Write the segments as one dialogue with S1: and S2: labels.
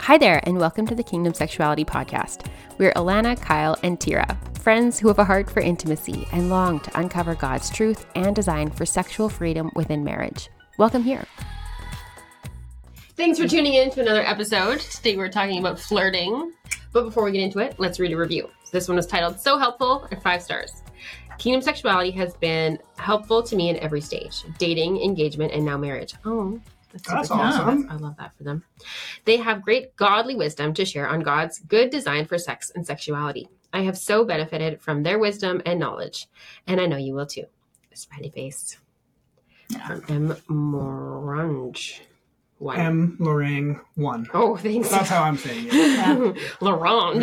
S1: Hi there, and welcome to the Kingdom Sexuality Podcast. We're Alana, Kyle, and Tira, friends who have a heart for intimacy and long to uncover God's truth and design for sexual freedom within marriage. Welcome here.
S2: Thanks for tuning in to another episode. Today we're talking about flirting. But before we get into it, let's read a review. This one was titled So Helpful and Five Stars. Kingdom Sexuality has been helpful to me in every stage dating, engagement, and now marriage. Oh, that's,
S3: That's
S2: super cool.
S3: awesome.
S2: I love that for them. They have great godly wisdom to share on God's good design for sex and sexuality. I have so benefited from their wisdom and knowledge, and I know you will too. Smiley face from M. Morange. One.
S3: M. Lorang one.
S2: Oh, thanks.
S3: That's how I'm saying it.
S2: Laurent.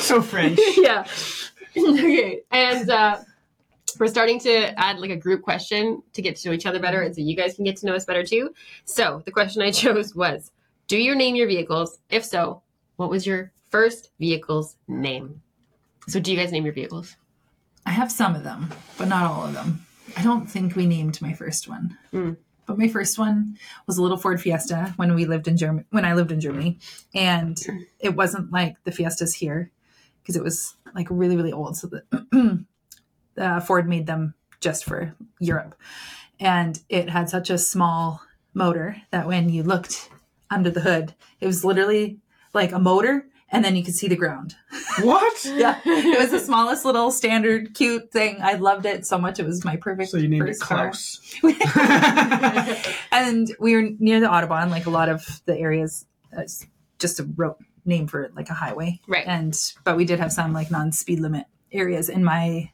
S3: So French.
S2: yeah. okay. And uh, we're starting to add like a group question to get to know each other better and so you guys can get to know us better too. So the question I chose was Do you name your vehicles? If so, what was your first vehicle's name? So do you guys name your vehicles?
S4: I have some of them, but not all of them. I don't think we named my first one.
S2: Mm.
S4: But my first one was a little Ford Fiesta when we lived in Germany, when I lived in Germany, and it wasn't like the Fiestas here because it was like really really old so the uh, Ford made them just for Europe. And it had such a small motor that when you looked under the hood, it was literally like a motor and then you could see the ground
S3: what?
S4: yeah, it was the smallest little standard cute thing. I loved it so much. It was my perfect.
S3: So you named it
S4: first car.
S3: Klaus. yeah.
S4: And we were near the Audubon, like a lot of the areas. It's just a road name for like a highway,
S2: Right.
S4: And but we did have some like non-speed limit areas. And my,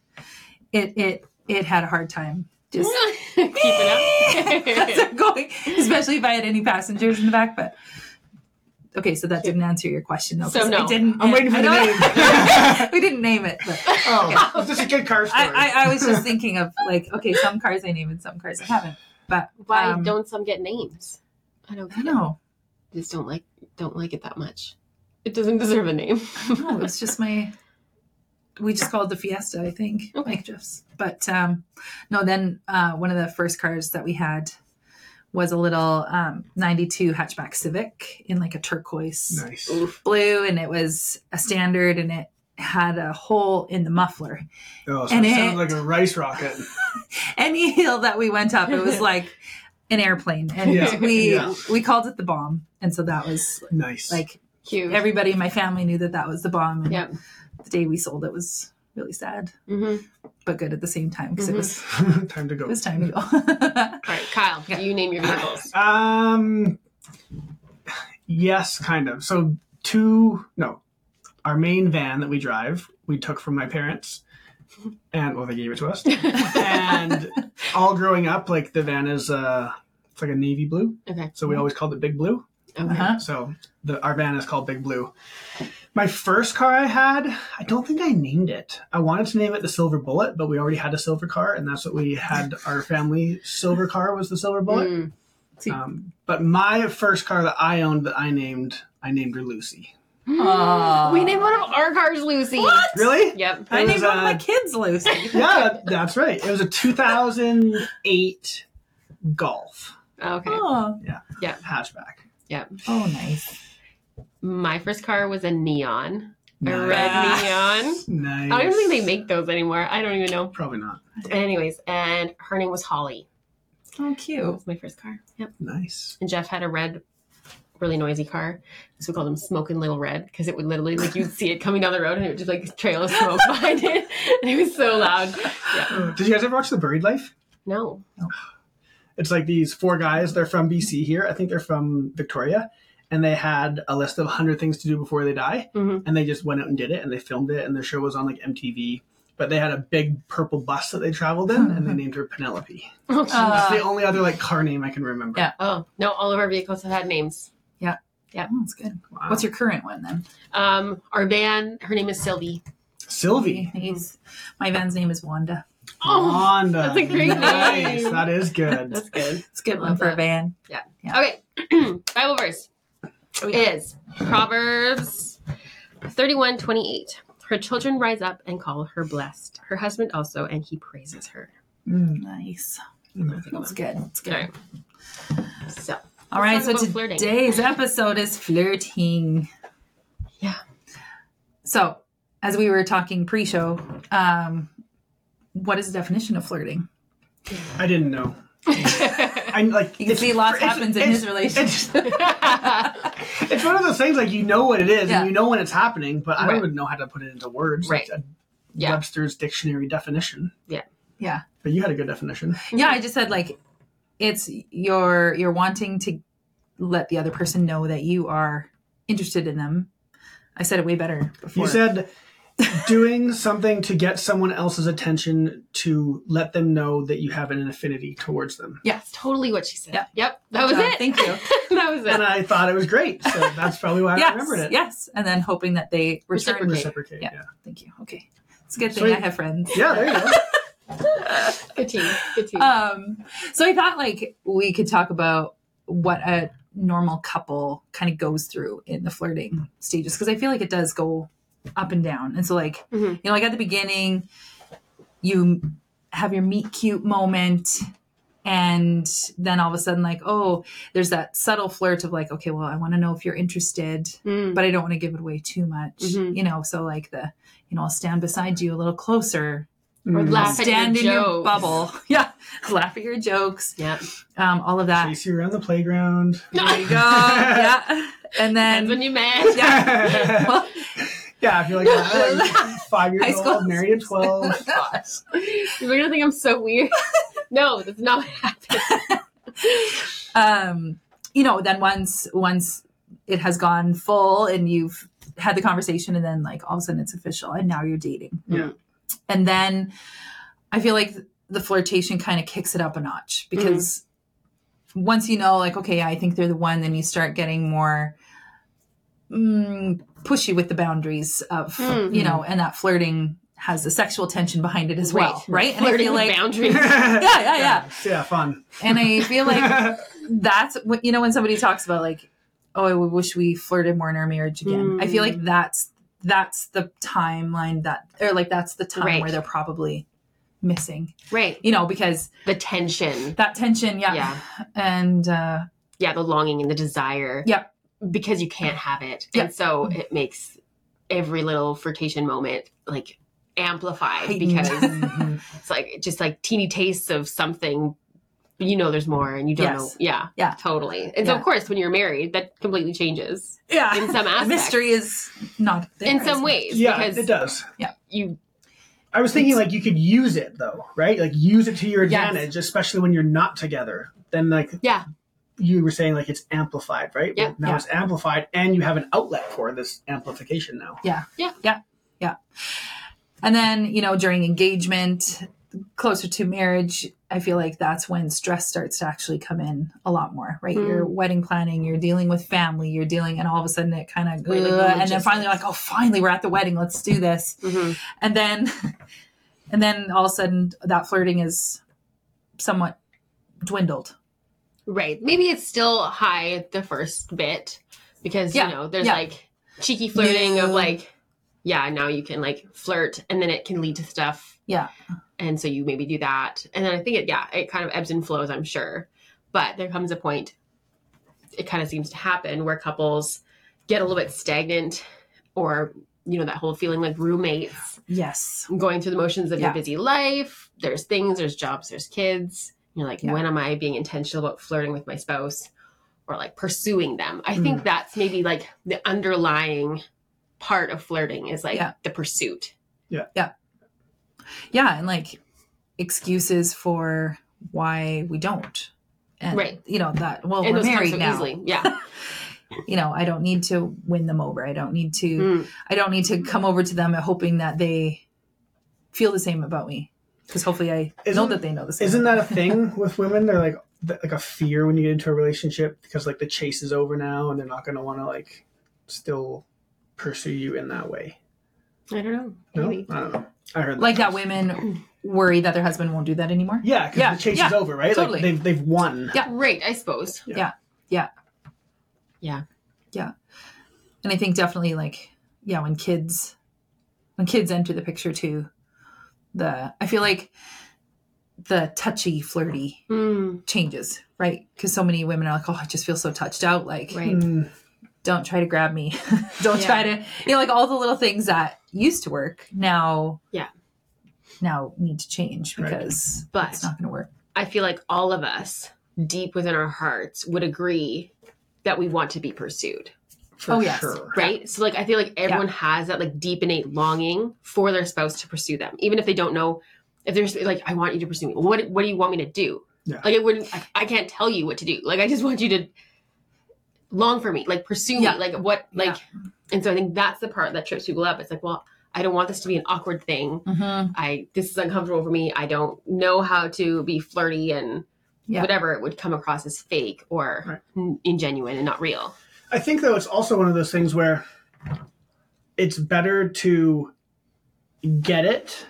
S4: it it it had a hard time just
S2: Keep it
S4: as
S2: up.
S4: I'm going, especially if I had any passengers in the back. But okay, so that didn't answer your question. Though,
S2: So
S4: 'cause
S2: no.
S4: I didn't.
S3: I'm waiting for
S4: I
S3: the
S4: don't- we didn't name it. But, okay.
S3: Oh, it's just a good car story.
S4: I, I, I was just thinking of like, okay, some cars I name and some cars I haven't. But
S2: Why
S4: um,
S2: don't some get names? I don't
S4: I
S2: get
S4: don't
S2: it.
S4: know.
S2: just don't like don't like it that much. It doesn't deserve a name.
S4: No, it was just my. We just called the Fiesta, I think,
S2: Okay.
S4: like Jeff's. But um, no, then uh, one of the first cars that we had was a little um, '92 hatchback Civic in like a turquoise
S3: nice. Oh,
S4: blue, and it was a standard, and it had a hole in the muffler.
S3: Oh, so
S4: And
S3: it
S4: it-
S3: sounds like a rice rocket.
S4: Any hill that we went up, it was like an airplane, and
S3: Yeah,
S4: we
S3: yeah.
S4: we called it the bomb, and so that was
S3: Nice.
S4: like
S2: Cute.
S4: everybody in my family knew that that was the bomb and
S2: Yep.
S4: the day we sold it was really sad
S2: hmm
S4: but good at the same time because
S2: Mhm.
S4: it was
S3: Time to go.
S4: it was time to go
S2: All right, Kyle,
S4: Yeah.
S2: do you name your vehicles?
S3: Um, yes, kind of. So two, no, our main van that we drive, we took from my parents, and well, they gave it to us. and all growing up, like the van is uh, it's like a navy blue,
S2: Okay.
S3: so we always called it Big Blue.
S2: Okay.
S4: Uh-huh.
S3: So the our van is called Big Blue. My first car I had, I don't think I named it. I wanted to name it the Silver Bullet, but we already had a silver car, and that's what we had. Our family silver car was the Silver Bullet.
S2: Mm.
S4: See.
S3: Um, but my first car that I owned that I named, I named her Lucy.
S4: Aw.
S2: we named one of our cars Lucy.
S4: What?
S3: Really?
S2: Yep.
S4: i
S3: It was,
S4: named one of my
S3: uh,
S4: kids lucy
S3: Yeah, that- that's right. It was a 2008 Golf
S2: Okay.
S4: oh.
S3: hatchback.
S4: oh nice
S2: My first car was a neon, a red
S4: Nice.
S2: neon.
S3: Nice.
S2: I don't think they make those anymore. I don't even know.
S3: Probably not.
S2: Anyways, and her name was Holly.
S4: oh
S2: That
S4: cute
S2: was my first car. Yep.
S3: Nice.
S2: And Jeff had a red, really noisy car. So we called him Smoking Little Red because it would literally, like, you'd see it coming down the road and it would just, like, trail of smoke behind it. And it was so loud. Yeah.
S3: Did you guys ever watch The Buried Life?
S2: No.
S3: It's like these four guys. They're from BC here. I think they're from Victoria. And they had a list of 100 things to do before they die.
S2: Mhm.
S3: And they just went out and did it. And they filmed it. And their show was on like MTV. But they had a big purple bus that they traveled in. And they named her Penelope.
S2: Oh,
S4: Uh,
S3: That's the only other like car name I can remember.
S4: Yeah.
S2: Oh, no, all of our vehicles have had names.
S4: oh, that's good
S3: Wow.
S4: what's your current one then
S2: Um, our van, her name is Sylvie.
S3: Sylvie?
S4: Nice. my van's name is wanda Oh,
S3: Wanda.
S2: that's a great
S3: nice.
S2: name.
S3: That is good.
S2: That's good.
S4: it's a good
S2: Love
S4: one for
S2: that.
S4: a van
S2: Okay. Bible verse is Proverbs thirty-one twenty-eight. Her children rise up and call her blessed. Her husband also, and he praises her.
S4: Mm, nice
S3: Mm.
S4: that's good it's good
S2: All right. So,
S4: All right, so
S2: talk about flirting.
S4: today's episode is flirting.
S2: Yeah.
S4: So, as we were talking pre-show, um, what is the definition of flirting?
S3: I didn't know. I like
S4: You can
S3: it's-
S4: see lots
S3: it's-
S4: happens in
S3: it's-
S4: his relationship.
S3: It's one of those things like you know what it is
S4: Yeah.
S3: and you know when it's happening, but I
S2: Right.
S3: wouldn't know how to put it into words.
S2: Right.
S3: Like a
S2: Yeah.
S3: Webster's dictionary definition.
S4: yeah.
S3: But you had a good definition.
S4: Yeah, I just said like it's you're you're wanting to let the other person know that you are interested in them. I said it way better before.
S3: You said doing something to get someone else's attention to let them know that you have an affinity towards them.
S2: That's totally what she said.
S4: Yeah.
S2: Yep. That was
S4: Oh,
S2: it.
S4: Thank you.
S2: that was
S3: And
S2: it.
S3: I thought it was great. So that's probably why I
S4: yes.
S3: remembered it.
S4: Yes. And then hoping that they return.
S2: Reciprocate.
S3: Reciprocate.
S4: Yeah.
S3: Yeah.
S4: Thank you. Okay. It's a good thing
S3: Sweet.
S4: I have friends.
S3: Yeah, there you go.
S2: Good team. Good team.
S4: Um so I thought like we could talk about what a normal couple kind of goes through in the flirting stages because I feel like it does go up and down. And so like
S2: Mhm.
S4: you know, like at the beginning, you have your meet cute moment, and then all of a sudden, like, oh, there's that subtle flirt of like, okay, well, I want to know if you're interested,
S2: Mm.
S4: but I don't want to give it away too much,
S2: Mhm.
S4: you know. So like the, you know, I'll stand beside you a little closer,
S2: Or
S3: Mm.
S2: laugh at
S4: stand
S2: your
S4: in your
S2: jokes.
S4: bubble, yeah, laugh at your jokes,
S2: Yeah.
S4: um, all of that.
S3: Chase you around the playground.
S4: There you go, yeah, and
S2: That's when
S4: then
S2: you met.
S4: Yeah. well,
S3: yeah, if you're like, five years
S4: High
S3: old,
S4: school.
S3: married at 12.
S2: You're gonna think I'm so weird. no, that's not what happened.
S4: um, you know, then once once it has gone full and you've had the conversation, and then like all of a sudden it's official, and now you're dating.
S3: Yeah.
S4: And then I feel like the flirtation kind of kicks it up a notch because once you know, like, okay, I think they're the one, then you start getting more mm, pushy with the boundaries of
S2: Mhm.
S4: you know, and that flirting has the sexual tension behind it as well, right? And I
S2: Flirting
S4: feel
S2: with
S4: like,
S2: boundaries.
S4: yeah, yeah, yeah.
S3: Yeah, fun.
S4: And I feel like that's what you know when somebody talks about like oh i would wish we flirted more in our marriage again i feel
S2: Mm.
S4: like that's that's the timeline that or like that's the time
S2: Right.
S4: where they're probably missing
S2: Right.
S4: you know because
S2: The tension.
S4: that tension yeah,
S2: Yeah.
S4: and uh
S2: Yeah, the longing and the desire.
S4: Yep.
S2: Because you can't have it.
S4: Yep.
S2: And so it makes every little flirtation moment like amplified
S4: Heightened. Mm-hmm.
S2: because it's like just like teeny tastes of something but you know there's more and you don't
S4: Yes.
S2: know yeah
S4: Yeah.
S2: totally and so
S4: Yeah.
S2: of course when you're married that completely changes
S4: yeah
S2: in some
S4: The
S2: aspects
S4: mystery is not there,
S2: in some
S4: is-
S2: ways
S3: yeah,
S2: because
S3: it does.
S2: you
S3: I was thinking like you could use it though, right? Like use it to your
S4: Yes.
S3: advantage, especially when you're not together. Then like
S2: yeah
S3: you were saying, like it's amplified, right?
S2: Yeah.
S3: Well, now
S4: Yeah.
S3: it's amplified, and you have an outlet for this amplification now.
S4: and then you know during engagement closer to marriage i feel like that's when stress starts to actually come in a lot more right
S2: Mm.
S4: you're wedding planning you're dealing with family you're dealing and all of a sudden it kind of
S2: Right, like the
S4: and then finally like oh finally we're at the wedding let's do this
S2: hmm
S4: and then and then all of a sudden that flirting is somewhat dwindled
S2: right maybe it's still high at the first bit because
S4: Yeah.
S2: you know there's
S4: Yeah.
S2: like cheeky flirting of
S4: Yeah.
S2: like yeah now you can like flirt and then it can lead to stuff
S4: Yeah.
S2: and so you maybe do that and then i think it yeah it kind of ebbs and flows i'm sure but there comes a point it kind of seems to happen where couples get a little bit stagnant or you know that whole feeling like roommates
S4: yes
S2: going through the motions of
S4: Yeah.
S2: your busy life. There's things, there's jobs, there's kids. You're like,
S4: Yeah.
S2: when am I being intentional about flirting with my spouse or like pursuing them? I
S4: Mm.
S2: think that's maybe like the underlying part of flirting is like
S4: Yeah.
S2: the pursuit.
S4: yeah and like excuses for why we don't and
S2: Right.
S4: you know that well
S2: and
S4: Oh, we're
S2: those come
S4: married
S2: so
S4: now
S2: easily. Yeah.
S4: you know i don't need to win them over i don't need to
S2: Mm.
S4: i don't need to come over to them hoping that they feel the same about me because hopefully i know
S3: Isn't-
S4: that they know the same
S3: Isn't that a thing with women? They're like th- like a fear when you get into a relationship because like the chase is over now, and they're not going to want to like still pursue you in that way.
S2: I don't know.
S3: No,
S2: Maybe.
S3: I don't know. I heard
S4: like that women worry that their husband won't do that anymore
S3: Yeah, because
S4: Yeah,
S3: the chase is
S4: yeah,
S3: over, right?
S4: totally.
S3: Like they've they've won.
S4: Yeah.
S2: Right, I suppose.
S4: and i think definitely like yeah when kids when kids enter the picture too the i feel like the touchy, flirty
S2: Mm,
S4: changes, right? Because so many women are like, oh, I just feel so touched out. Like,
S2: right.
S3: Mm,
S4: don't try to grab me. don't
S2: Yeah.
S4: try to, you know, like all the little things that used to work now,
S2: Yeah.
S4: now need to change
S3: Right.
S4: because
S2: But
S4: it's not going to work.
S2: I feel like all of us, deep within our hearts, would agree that we want to be pursued,
S3: for
S4: Oh, yes.
S3: sure.
S2: right? So, like, I feel like everyone has that like deep innate longing for their spouse to pursue them, even if they don't know if there's like, I want you to pursue me. What What do you want me to do?
S3: Yeah.
S2: Like, I wouldn't. I, I can't tell you what to do. Like, I just want you to long for me, like pursue
S4: Yeah.
S2: me, like what, like. And so I think that's the part that trips people up. It's like, well, I don't want this to be an awkward thing.
S4: Mm-hmm.
S2: I this is uncomfortable for me. I don't know how to be flirty and
S4: Yeah.
S2: whatever it would come across as fake or
S3: Right.
S2: n- ingenuine and not real.
S3: I think though it's also one of those things where it's better to get it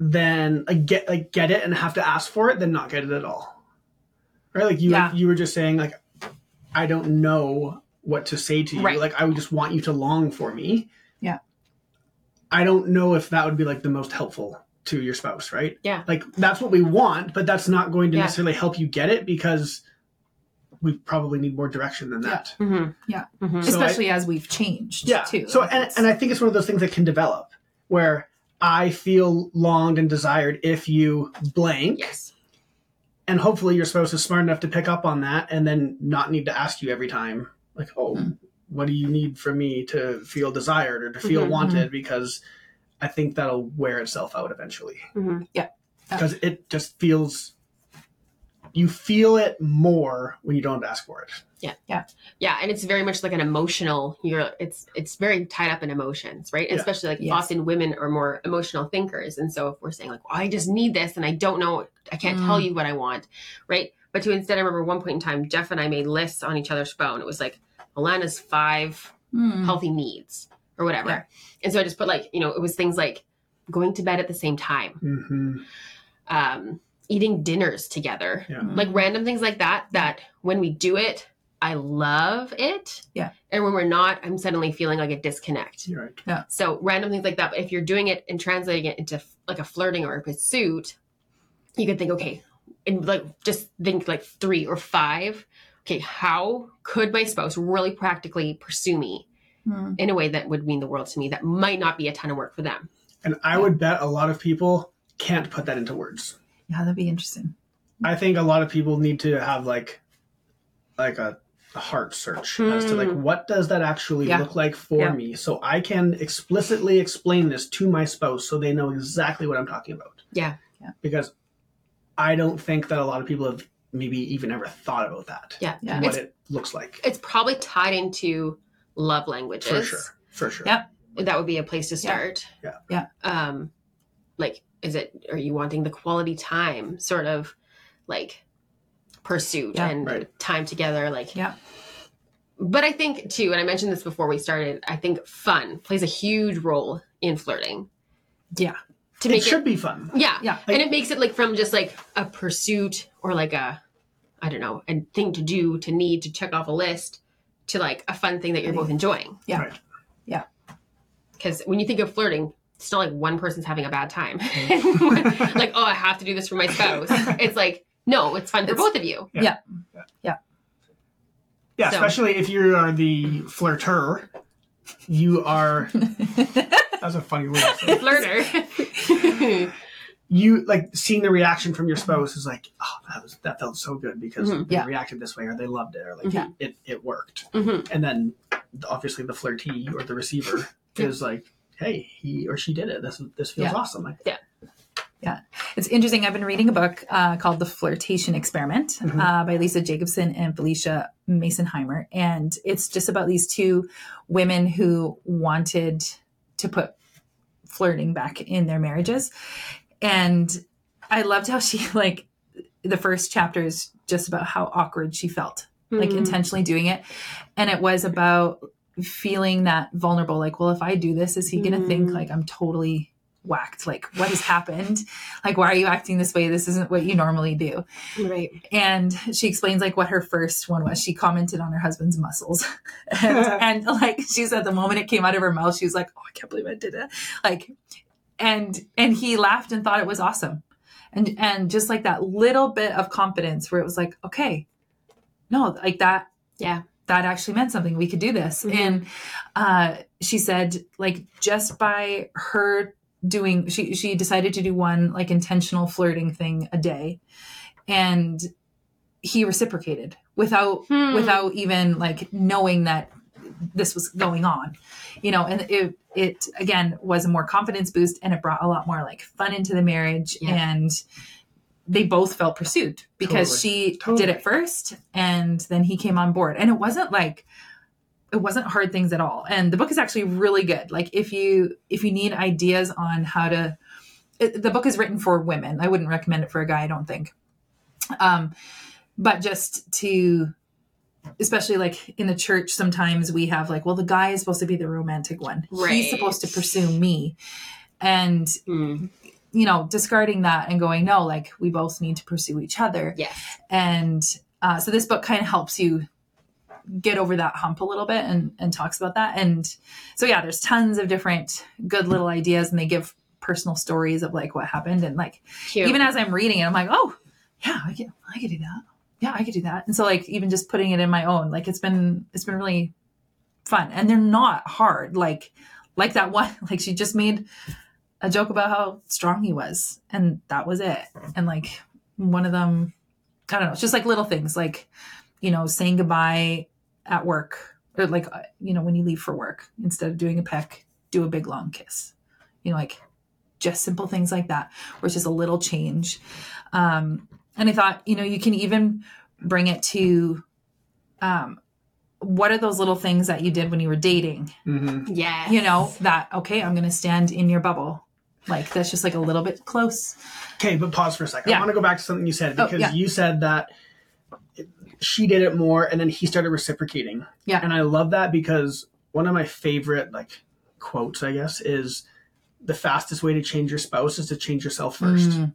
S3: than like get like get it and have to ask for it than not get it at all. Right? Like you
S4: Yeah.
S3: you were just saying like I don't know what to say to you.
S2: Right.
S3: Like I would just want you to long for me.
S4: Yeah.
S3: I don't know if that would be like the most helpful to your spouse, right?
S2: Yeah.
S3: Like that's what we want, but that's not going to
S2: Yeah.
S3: necessarily help you get it because we probably need more direction than
S4: Yeah.
S3: that.
S2: Mm-hmm.
S4: Yeah.
S2: Mm-hmm.
S3: So I-
S4: Especially as we've changed
S3: yeah
S4: too.
S3: so
S4: Like,
S3: and,
S4: it's-
S3: and i think it's one of those things that can develop where i feel longed and desired if you blank
S2: Yes.
S3: and hopefully your spouse is smart enough to pick up on that and then not need to ask you every time like oh
S4: Mm.
S3: what do you need for me to feel desired or to feel
S2: Mhm,
S3: wanted because i think that'll wear itself out eventually
S2: Mm-hmm.
S4: Yeah.
S3: because it just feels you feel it more when you don't ask for it
S2: Yeah, and it's very much like an emotional. You're it's it's very tied up in emotions, right? And
S3: Yeah.
S2: Especially like
S4: Yes.
S2: often women are more emotional thinkers, and so if we're saying like, well, I just need this, and I don't know, I can't tell
S4: Mm.
S2: you what I want, right? But to instead, I remember one point in time, Jeff and I made lists on each other's phone. It was like Alana's five
S4: Mm.
S2: healthy needs or whatever,
S4: Yeah.
S2: and so I just put like you know it was things like going to bed at the same time,
S3: hmm
S2: um, eating dinners together,
S3: Mm-hmm.
S4: Mm.
S2: like random things like that that when we do it i love it
S4: Yeah.
S2: and when we're not i'm suddenly feeling like a disconnect
S3: you're right
S2: so random things like that but if you're doing it and translating it into like a flirting or a pursuit you could think okay and like just think like three or five okay how could my spouse really practically pursue me
S4: Mm.
S2: in a way that would mean the world to me that might not be a ton of work for them
S3: and i would bet a lot of people can't put that into words
S4: Yeah, that'd be interesting.
S3: I think a lot of people need to have like like a heart search as to like
S2: Hmm.
S3: what does that actually
S4: Yeah.
S3: look like for
S4: Yeah.
S3: me so I can explicitly explain this to my spouse so they know exactly what I'm talking about.
S2: Yeah.
S4: Yeah.
S3: Because I don't think that a lot of people have maybe even ever thought about that.
S2: yeah
S4: Yeah.
S3: What
S2: It's,
S3: it looks like.
S2: it's probably tied into love languages
S3: For sure. For sure.
S4: Yeah.
S2: that would be a place to
S4: Yeah.
S2: start.
S3: Yeah.
S4: Yeah.
S2: Um, like, is it are you wanting the quality time sort of like pursuit
S4: Yeah.
S2: and
S3: Right.
S2: time together? Like,
S4: Yeah.
S2: But I think too, and I mentioned this before we started. I think fun plays a huge role in flirting
S4: Yeah.
S2: to
S3: It
S2: make
S3: should be fun.
S2: yeah,
S4: Yeah.
S2: and it makes it like from just like a pursuit or like a, I don't know, a thing to do, to need, to check off a list, to like a fun thing that you're both enjoying.
S4: Yeah.
S3: Right.
S4: Yeah.
S2: Because when you think of flirting, it's not like one person's having a bad time.
S4: Mm-hmm.
S2: like, oh, I have to do this for my spouse. It's like, no, it's fun for
S4: It's-
S2: both of you.
S3: Yeah,
S2: So-
S3: especially if you are the flirter. You are that's a funny word.
S2: Flirter.
S3: you like seeing the reaction from your spouse is like, oh, that was that felt so good because
S2: Mhm.
S3: they
S4: Mm-hmm. Yeah. Mm-hmm.
S3: reacted this way or they loved it or like
S4: Yeah.
S3: it, it worked.
S2: hmm
S3: And then obviously the flirtee or the receiver
S2: Yeah.
S3: is like, hey, he or she did it. This this feels
S4: Yeah.
S3: awesome. Like
S4: It's interesting. I've been reading a book uh, called The Flirtation Experiment
S3: Mhm.
S4: uh, by Lisa Jacobson and Felicia Masonheimer. And it's just about these two women who wanted to put flirting back in their marriages. And I loved how she, like, the first chapter is just about how awkward she felt like
S2: Mm-hmm.
S4: intentionally doing it and it was about feeling that vulnerable like well if i do this is he gonna think
S2: Mhm.
S4: like i'm totally whacked like what has happened like why are you acting this way this isn't what you normally do
S2: right.
S4: and she explains like what her first one was she commented on her husband's muscles and, and, like she said the moment it came out of her mouth she was like oh i can't believe i did it like and and he laughed and thought it was awesome and and just like that little bit of confidence where it was like okay no like that
S2: Yeah.
S4: that actually meant something we could do this
S2: Mhm.
S4: and uh she said like just by her doing she she decided to do one like intentional flirting thing a day and he reciprocated without
S3: Mm.
S2: Hmm.
S4: without even like knowing that this was going on you know and it it again was a more confidence boost and it brought a lot more like fun into the marriage
S2: Yeah.
S4: and they both felt pursued because she
S3: Totally.
S4: did it first and then he came on board and it wasn't like it wasn't hard things at all and the book is actually really good like if you if you need ideas on how to it, the book is written for women i wouldn't recommend it for a guy i don't think um but just to especially like in the church sometimes we have like well the guy is supposed to be the romantic one
S2: Right.
S4: he's supposed to pursue me and
S2: Hmm.
S4: you know discarding that and going no like we both need to pursue each other
S2: Yes.
S4: and uh, so this book kind of helps you get over that hump a little bit and, and talks about that and so yeah there's tons of different good little ideas and they give personal stories of like what happened and like
S2: Cute.
S4: even as I'm reading it, I'm like, oh, yeah, I could, I could do that. Yeah, I could do that. And so, like, even just putting it in my own, like, it's been, it's been really fun. And they're not hard, like, like that one, like she just made a joke about how strong he was, and that was it. And like one of them, I don't know, it's just like little things, like you know, saying goodbye at work, or like uh, you know, when you leave for work, instead of doing a peck, do a big long kiss. You know, like just simple things like that or just a little change. Um, and I thought, you know, you can even bring it to um, what are those little things that you did when you were dating?
S3: Mm-hmm.
S2: yes.
S4: You know, that, okay, I'm going to stand in your bubble. Like, that's just like a little bit close.
S3: Okay, but pause for a second.
S4: Yeah.
S3: I want to go back to something you said
S4: Oh,
S3: because
S4: yeah.
S3: you said that she did it more and then he started reciprocating.
S4: Yeah.
S3: And I love that because one of my favorite like quotes, I guess, is the fastest way to change your spouse is to change yourself first.
S4: Mm,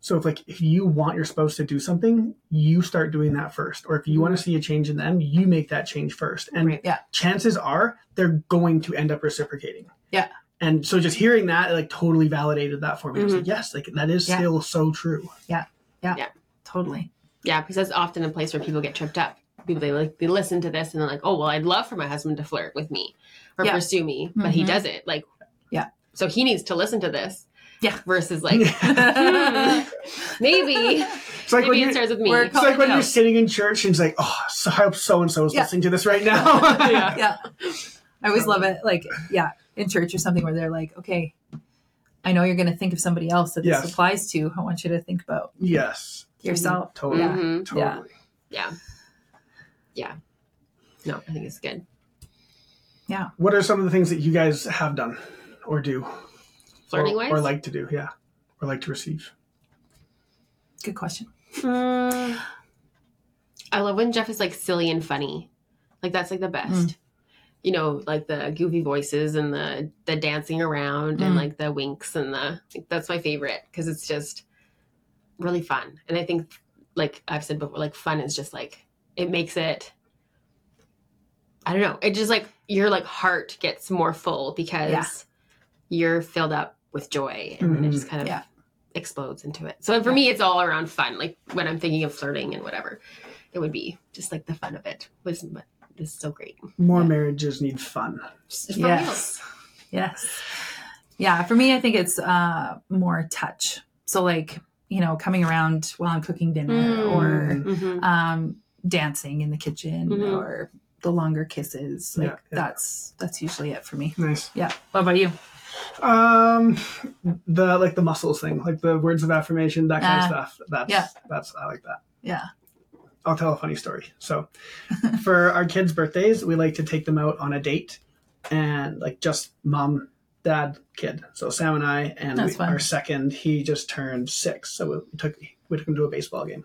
S3: So if like if you want your spouse to do something, you start doing that first. Or if you want to see a change in them, you make that change first. And
S2: Right.
S4: Yeah.
S3: chances are they're going to end up reciprocating.
S4: Yeah.
S3: And so just hearing that it, like totally validated that for me. I was like, yes, like that is
S4: Yeah.
S3: still so true.
S4: totally.
S2: Yeah, because that's often a place where people get tripped up. People they like they listen to this and they're like, oh well, I'd love for my husband to flirt with me or
S4: Yeah.
S2: pursue me, but he
S4: Mhm.
S2: doesn't. Like,
S4: Yeah.
S2: So he needs to listen to this.
S4: Yeah.
S2: Versus like, hmm, maybe
S3: It's like when
S2: maybe
S3: you're
S2: it starts with me.
S4: We're
S3: it's like when
S4: Yeah.
S3: you're sitting in church and it's like, oh, so I hope so and so is
S4: Yeah.
S3: listening to this right now.
S2: Yeah.
S4: yeah. I always love it. Like, yeah, in church or something where they're like, okay, I know you're going to think of somebody else that
S3: Yes.
S4: this applies to. I want you to think about
S3: Yes.
S4: yourself.
S3: Totally.
S4: Yeah.
S2: Mhm.
S3: Totally.
S2: Yeah.
S4: Yeah.
S2: Yeah. No, I think it's good.
S3: What are some of the things that you guys have done or do?
S2: Flirting
S3: or,
S2: wise.
S3: Or like to do, yeah. Or like to receive.
S4: Good question.
S2: Mm. I love when Jeff is like silly and funny. Like that's like the best.
S4: Mm.
S2: You know, like the goofy voices and the the dancing around and
S4: Mm.
S2: like the winks and the like, that's my favorite because it's just really fun. And I think like I've said before, like fun is just like it makes it I don't know. It just like your like heart gets more full because
S4: Yeah.
S2: you're filled up with joy and then it
S3: Mhm.
S2: just kind of
S4: Mm-hmm. Yeah.
S2: explodes into it. So for me, it's all around fun. Like when I'm thinking of flirting and whatever, it would be just like the fun of it was m- this is so great.
S3: More
S4: Yeah.
S3: marriages need fun.
S2: Just for
S4: Yes. Yes. Yeah, for me, I think it's uh, more touch. So, like, you know, coming around while I'm cooking dinner
S2: Mm.
S4: or
S2: real. Mhm.
S4: um, dancing in the kitchen
S2: Mhm.
S4: or the longer kisses. Like,
S3: Yeah, yeah.
S4: that's that's usually it for me.
S3: Nice.
S4: Yeah. What about you?
S3: Um the like the muscles thing, like the words of affirmation, that kind
S4: Ah.
S3: of stuff. That's
S4: Yeah.
S3: that's I like that.
S4: Yeah.
S3: I'll tell a funny story. So, for our kids' birthdays, we like to take them out on a date, and like just mom, dad, kid. So Sam and I, and
S4: That's
S3: we-
S4: fun.
S3: our second, he just turned six, so we took we took him to a baseball game,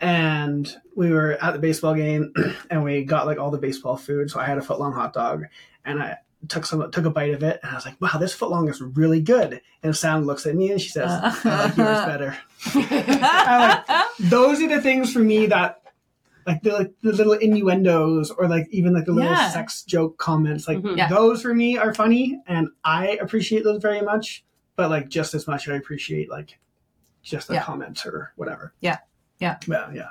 S3: and we were at the baseball game, and we got like all the baseball food. So I had a foot long hot dog, and I took some took a bite of it, and I was like, wow, this foot long is really good. And Sam looks at me and she says, I like yours better those are the things for me that like the, like the little innuendos or like even like the little
S4: Yeah. Mm-hmm.
S3: sex joke comments like
S2: Mhm.
S4: Yeah.
S3: those for me are funny and i appreciate those very much but like just as much i appreciate like just a
S4: Yeah.
S3: comment or whatever.
S4: Yeah. Yeah.
S3: Yeah. Yeah.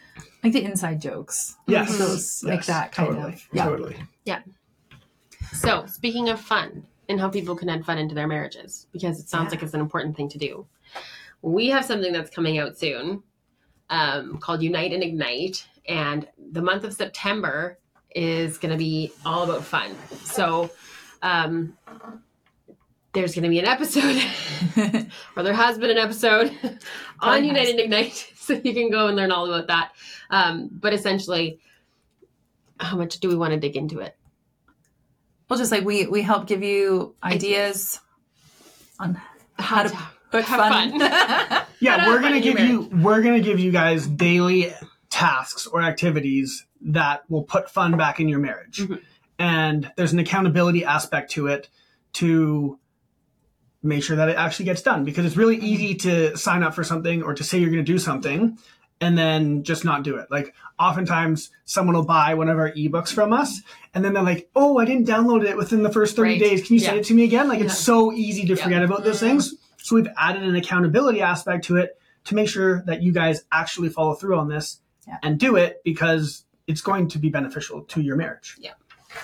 S4: like the inside jokes.
S3: Yes.
S4: Those- like
S3: Yes,
S4: that kind
S3: totally.
S4: of. Yeah.
S3: Totally.
S2: So, speaking of fun and how people can add fun into their marriages, because it sounds like it's an important thing to do, we have something that's coming out soon um, called Unite and Ignite. And the month of September is going to be all about fun. So, um, there's going to be an episode, or there has been an episode on
S4: has.
S2: Unite and Ignite. So, you can go and learn all about that. Um, but essentially, how much do we want to dig into it?
S4: well, just like we we help give you ideas on how to book
S2: have
S4: fun.
S2: How
S3: Yeah,
S2: to
S4: uh,
S3: we're gonna
S2: find your
S3: give you we're gonna give you guys daily tasks or activities that will put fun back in your marriage.
S4: Mm-hmm.
S2: Mhm.
S3: And there's an accountability aspect to it to make sure that it actually gets done because it's really easy to sign up for something or to say you're gonna do something and then just not do it. Like oftentimes someone will buy one of our ebooks from us and then they're like, "Oh, I didn't download it within the first 30
S4: Right.
S3: days. Can you send
S2: Yeah.
S3: it to me again?" Like
S2: Yeah.
S3: it's so easy to
S2: Yeah.
S3: forget about
S4: Mm-hmm.
S3: those things. So we've added an accountability aspect to it to make sure that you guys actually follow through on this
S4: Yeah.
S3: and do it because it's going to be beneficial to your marriage.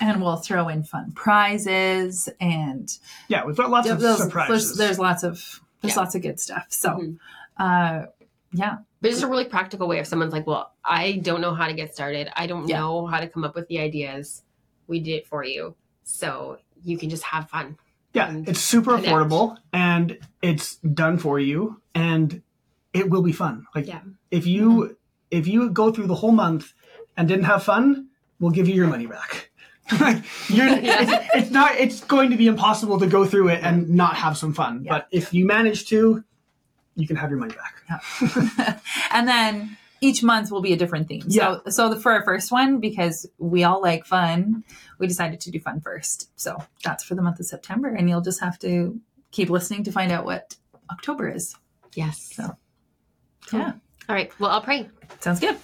S4: and we'll throw in fun prizes and
S3: Yeah, we've got lots
S4: Yeah,
S3: of
S4: those-
S3: surprises. Mm-hmm.
S4: There's, there's lots of there's
S2: Yeah.
S4: lots of good stuff. So,
S2: Mhm.
S4: uh, yeah,
S2: But it's a really practical way if someone's like, well, I don't know how to get started. I don't
S4: Yeah.
S2: know how to come up with the ideas. We did it for you. So you can just have fun.
S3: yeah,
S2: and
S3: it's super
S2: connect.
S3: affordable and it's done for you and it will be fun. Like
S2: Yeah. Mm-hmm.
S3: if you if you go through the whole month and didn't have fun, we'll give you your money back. like you're, it's, it's not. It's going to be impossible to go through it and not have some fun.
S4: Yeah.
S3: But if you manage to, you can have your money back.
S4: and then each month will be a different theme. So, so the, for our first one, because we all like fun, we decided to do fun first. So that's for the month of September, and you'll just have to keep listening to find out what October is.
S2: Yes.
S4: So,
S2: Cool.
S4: yeah,
S2: All right. Well, I'll pray.
S4: sounds good.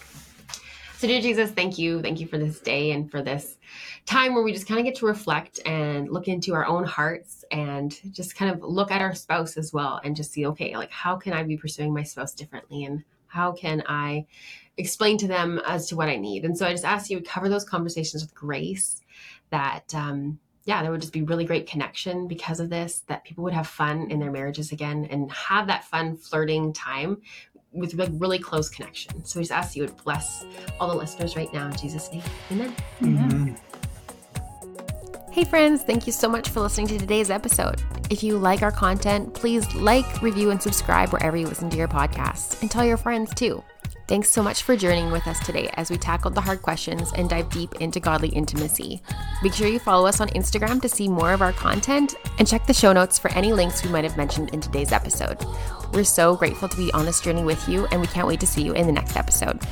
S2: So, dear Jesus, thank you. Thank you for this day and for this time where we just kind of get to reflect and look into our own hearts and just kind of look at our spouse as well and just see, okay, like how can I be pursuing my spouse differently and how can I explain to them as to what I need? And so I just ask you to cover those conversations with grace that, um, yeah, there would just be really great connection because of this, that people would have fun in their marriages again and have that fun flirting time with like really close connection. So we just ask that you would bless all the listeners right now in Jesus' name. Amen.
S4: Yeah.
S3: Mm-hmm.
S1: Hey, friends, thank you so much for listening to today's episode. If you like our content, please like, review, and subscribe wherever you listen to your podcasts, and tell your friends too. Thanks so much for journeying with us today as we tackled the hard questions and dive deep into godly intimacy. Make sure you follow us on Instagram to see more of our content and check the show notes for any links we might have mentioned in today's episode. We're so grateful to be on this journey with you, and we can't wait to see you in the next episode.